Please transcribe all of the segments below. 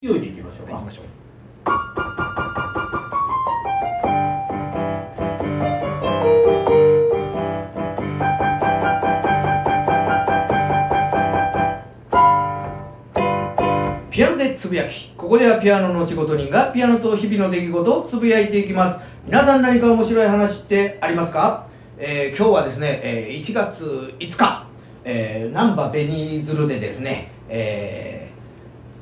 勢いでいきましょう行きかましょう。ピアノでつぶやき。ここではピアノの仕事人がピアノと日々の出来事をつぶやいていきます。皆さん何か面白い話ってありますか、えー今日はですね、えー1月5日、えー、南波ベニズルでですね、えー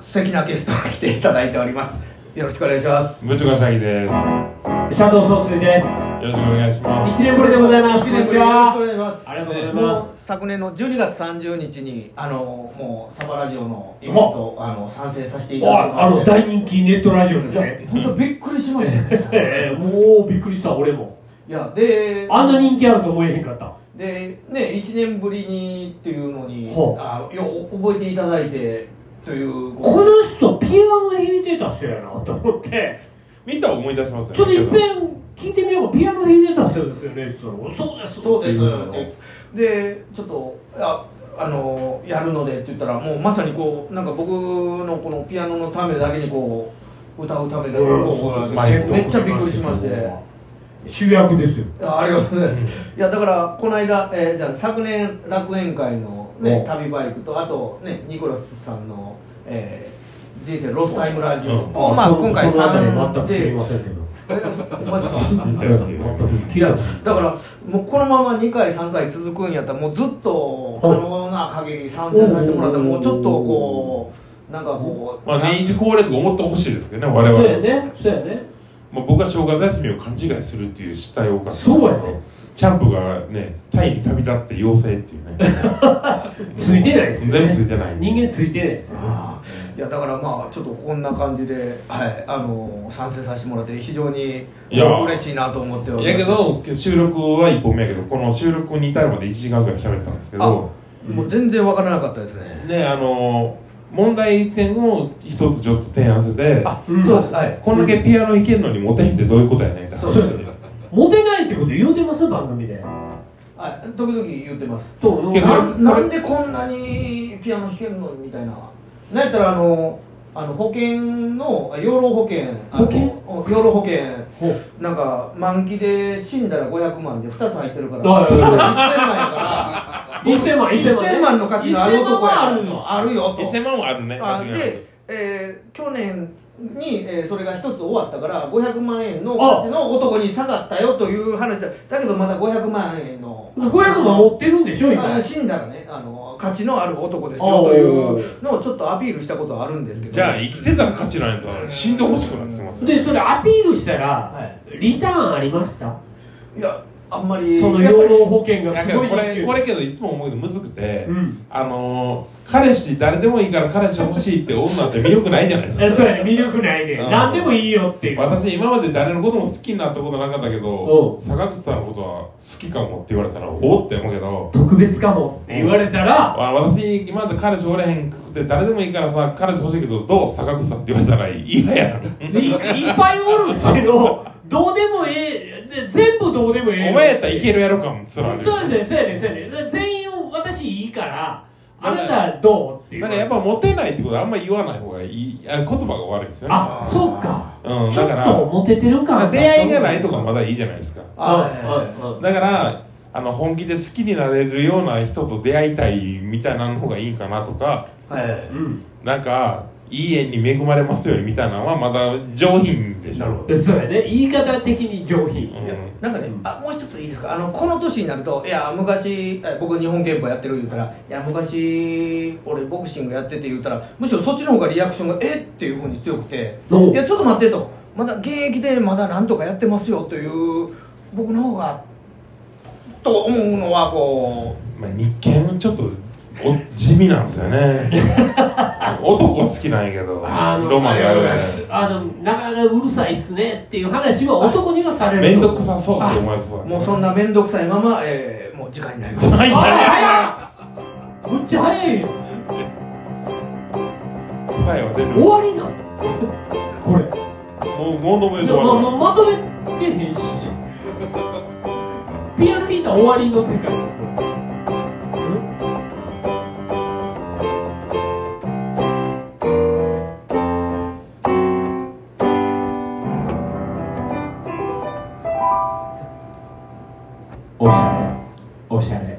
素敵なゲストが来ていただいております。よろしくお願いします。ムチョコシャギです。よシャドウ総帥ですろしくお願いします。一年ぶりでございます一年ぶこんにちりはよろしくお願いしますありがとうございますもう昨年の12月30日にあのもうサバラジオのイベントあの参戦させていただきまあしのて大人気ネットラジオですね本当びっくりしましたね ええもうびっくりした俺もいやであんな人気あると思えへんかったでね1年ぶりにっていうのにほうあよ覚えていただいてというごこの人ピアノ弾いてた人やなと思って見たら思い出しますよ、ね。ちょっといっぺん聞いてみようかピアノ弾いてた人ですよねって言ったらそうですそうですうんってでちょっとああのやるのでって言ったらもうまさにこうなんか僕のこのピアノのためだけにこう歌うためだけにこうこうめっちゃびっくりしまして。主役ですよいやありがとうございます。いやだからこの間、えーじゃあ昨年楽園会の、ねお、旅バイクとあとねニコラスさんの、えー人生ロスタイムラジオうんを、まあ今回その辺り全3く知りでませんけどマジかいいややだからもうこのまま2回3回続くんやったらもうずっと可能な限り参戦させてもらったらもうちょっとこうなんかこう、まあ、な年一恒例とか思ってほしいですけどね、我そ々。うやねそうやねまあ、僕は正月休みを勘違いするっていう失態を犯した。そうやねチャンプがね、タイに旅立って妖精っていうね。 ついてないですよ全ね部ついてない。人間ついてないですよねあーいやだからまあちょっとこんな感じで、はい、あの参戦させてもらって非常にいや嬉しいなと思っておりますやけど、収録は1本目やけど、この収録に至るまで1時間ぐらい喋ったんですけど、もう全然わからなかったですねね、あの問題点を一つちょっと提案してて、あ、うんそうですはいこんだけピアノ弾けんのにモテへんってどういうことやねんってそう話ですモテないってこと言うてます番組ではい時々言ってますといやなこれなんでこんなにピアノ弾けるのみたいななんやったらあのあの保険のあ養老保険あの保険お養老保険ほうなんか満期で死んだら500万で2つ入ってるからはいはいはい死んだら1000万や1000から万1000万ね1000万の価値のある男やから1000万はああるるよと1000万はあるね、あ間違いなくで、えー去年に、えーそれが一つ終わったから500万円のあ価値の男に下がったよという話だだけどまだ500万円の500万持ってるんでしょ今あ死んだらねあの価値のある男ですよというのをちょっとアピールしたことはあるんですけどじゃあ生きてたら価値ないと死んでほしくなってきますよでそれアピールしたら、はリターンありましたいやあんまりそのやっぱ養り老保険がだすけどごいこっていれうこれけどいつも思うけどむずくて、うんあのー彼氏誰でもいいから彼氏欲しいって女って魅力ないじゃないですえかそうやね魅力ないねうん何でもいいよっていう私今まで誰のことも好きになったことなかったけおど坂口さんのことは好きかもって言われたらおおって思うけど特別かもって言われたらあ私今まで彼氏おれへんくて誰でもいいからさ彼氏欲しいけどどう坂口さんって言われたら嫌やんいいっぱいおるうちのどうでもええで全部どうでもおええ前やったらいけるやろかもつらいそうですねそうやねそうやねだから全員を私いいからあなたどうっていうなんかやっぱモテないってことはあんま言わない方がいいあ言葉が悪いですよねあそうかうんちょだっからとモテてるまかあ出会いがないとかまだいいじゃないですかあうんうんだからあの本気で好きになれるような人と出会いたいみたいなの方がいいかなとかはいうんなんかいい縁に恵まれますようにみたいなのはまだ上品でしょなるほどでそうやね言い方的に上品うんいやなんかね、あもう一ついいですかあのこの年になるといや昔え僕日本憲法やってる言うたらいや昔俺ボクシングやってて言うたらむしろそっちの方がリアクションがえっていうふうに強くておいやちょっと待ってとまだ現役でまだなんとかやってますよという僕の方がと思うのはこまあ、日見ちょっとお地味なんです よね男は好きなんやけどあのロマンがあるねあのなかなかうるさいっすねっていう話は男にはされる面と倒くさそうって思われそううやねもうそんな面倒くさいまま、えーもう時間になりま したはいあはい早いむっちゃ早いよ答えは出る終わりなのこれもうもうどもよでくもまわあまとめてへんしピアノ弾いたら終わりの世界おしゃれおしゃれ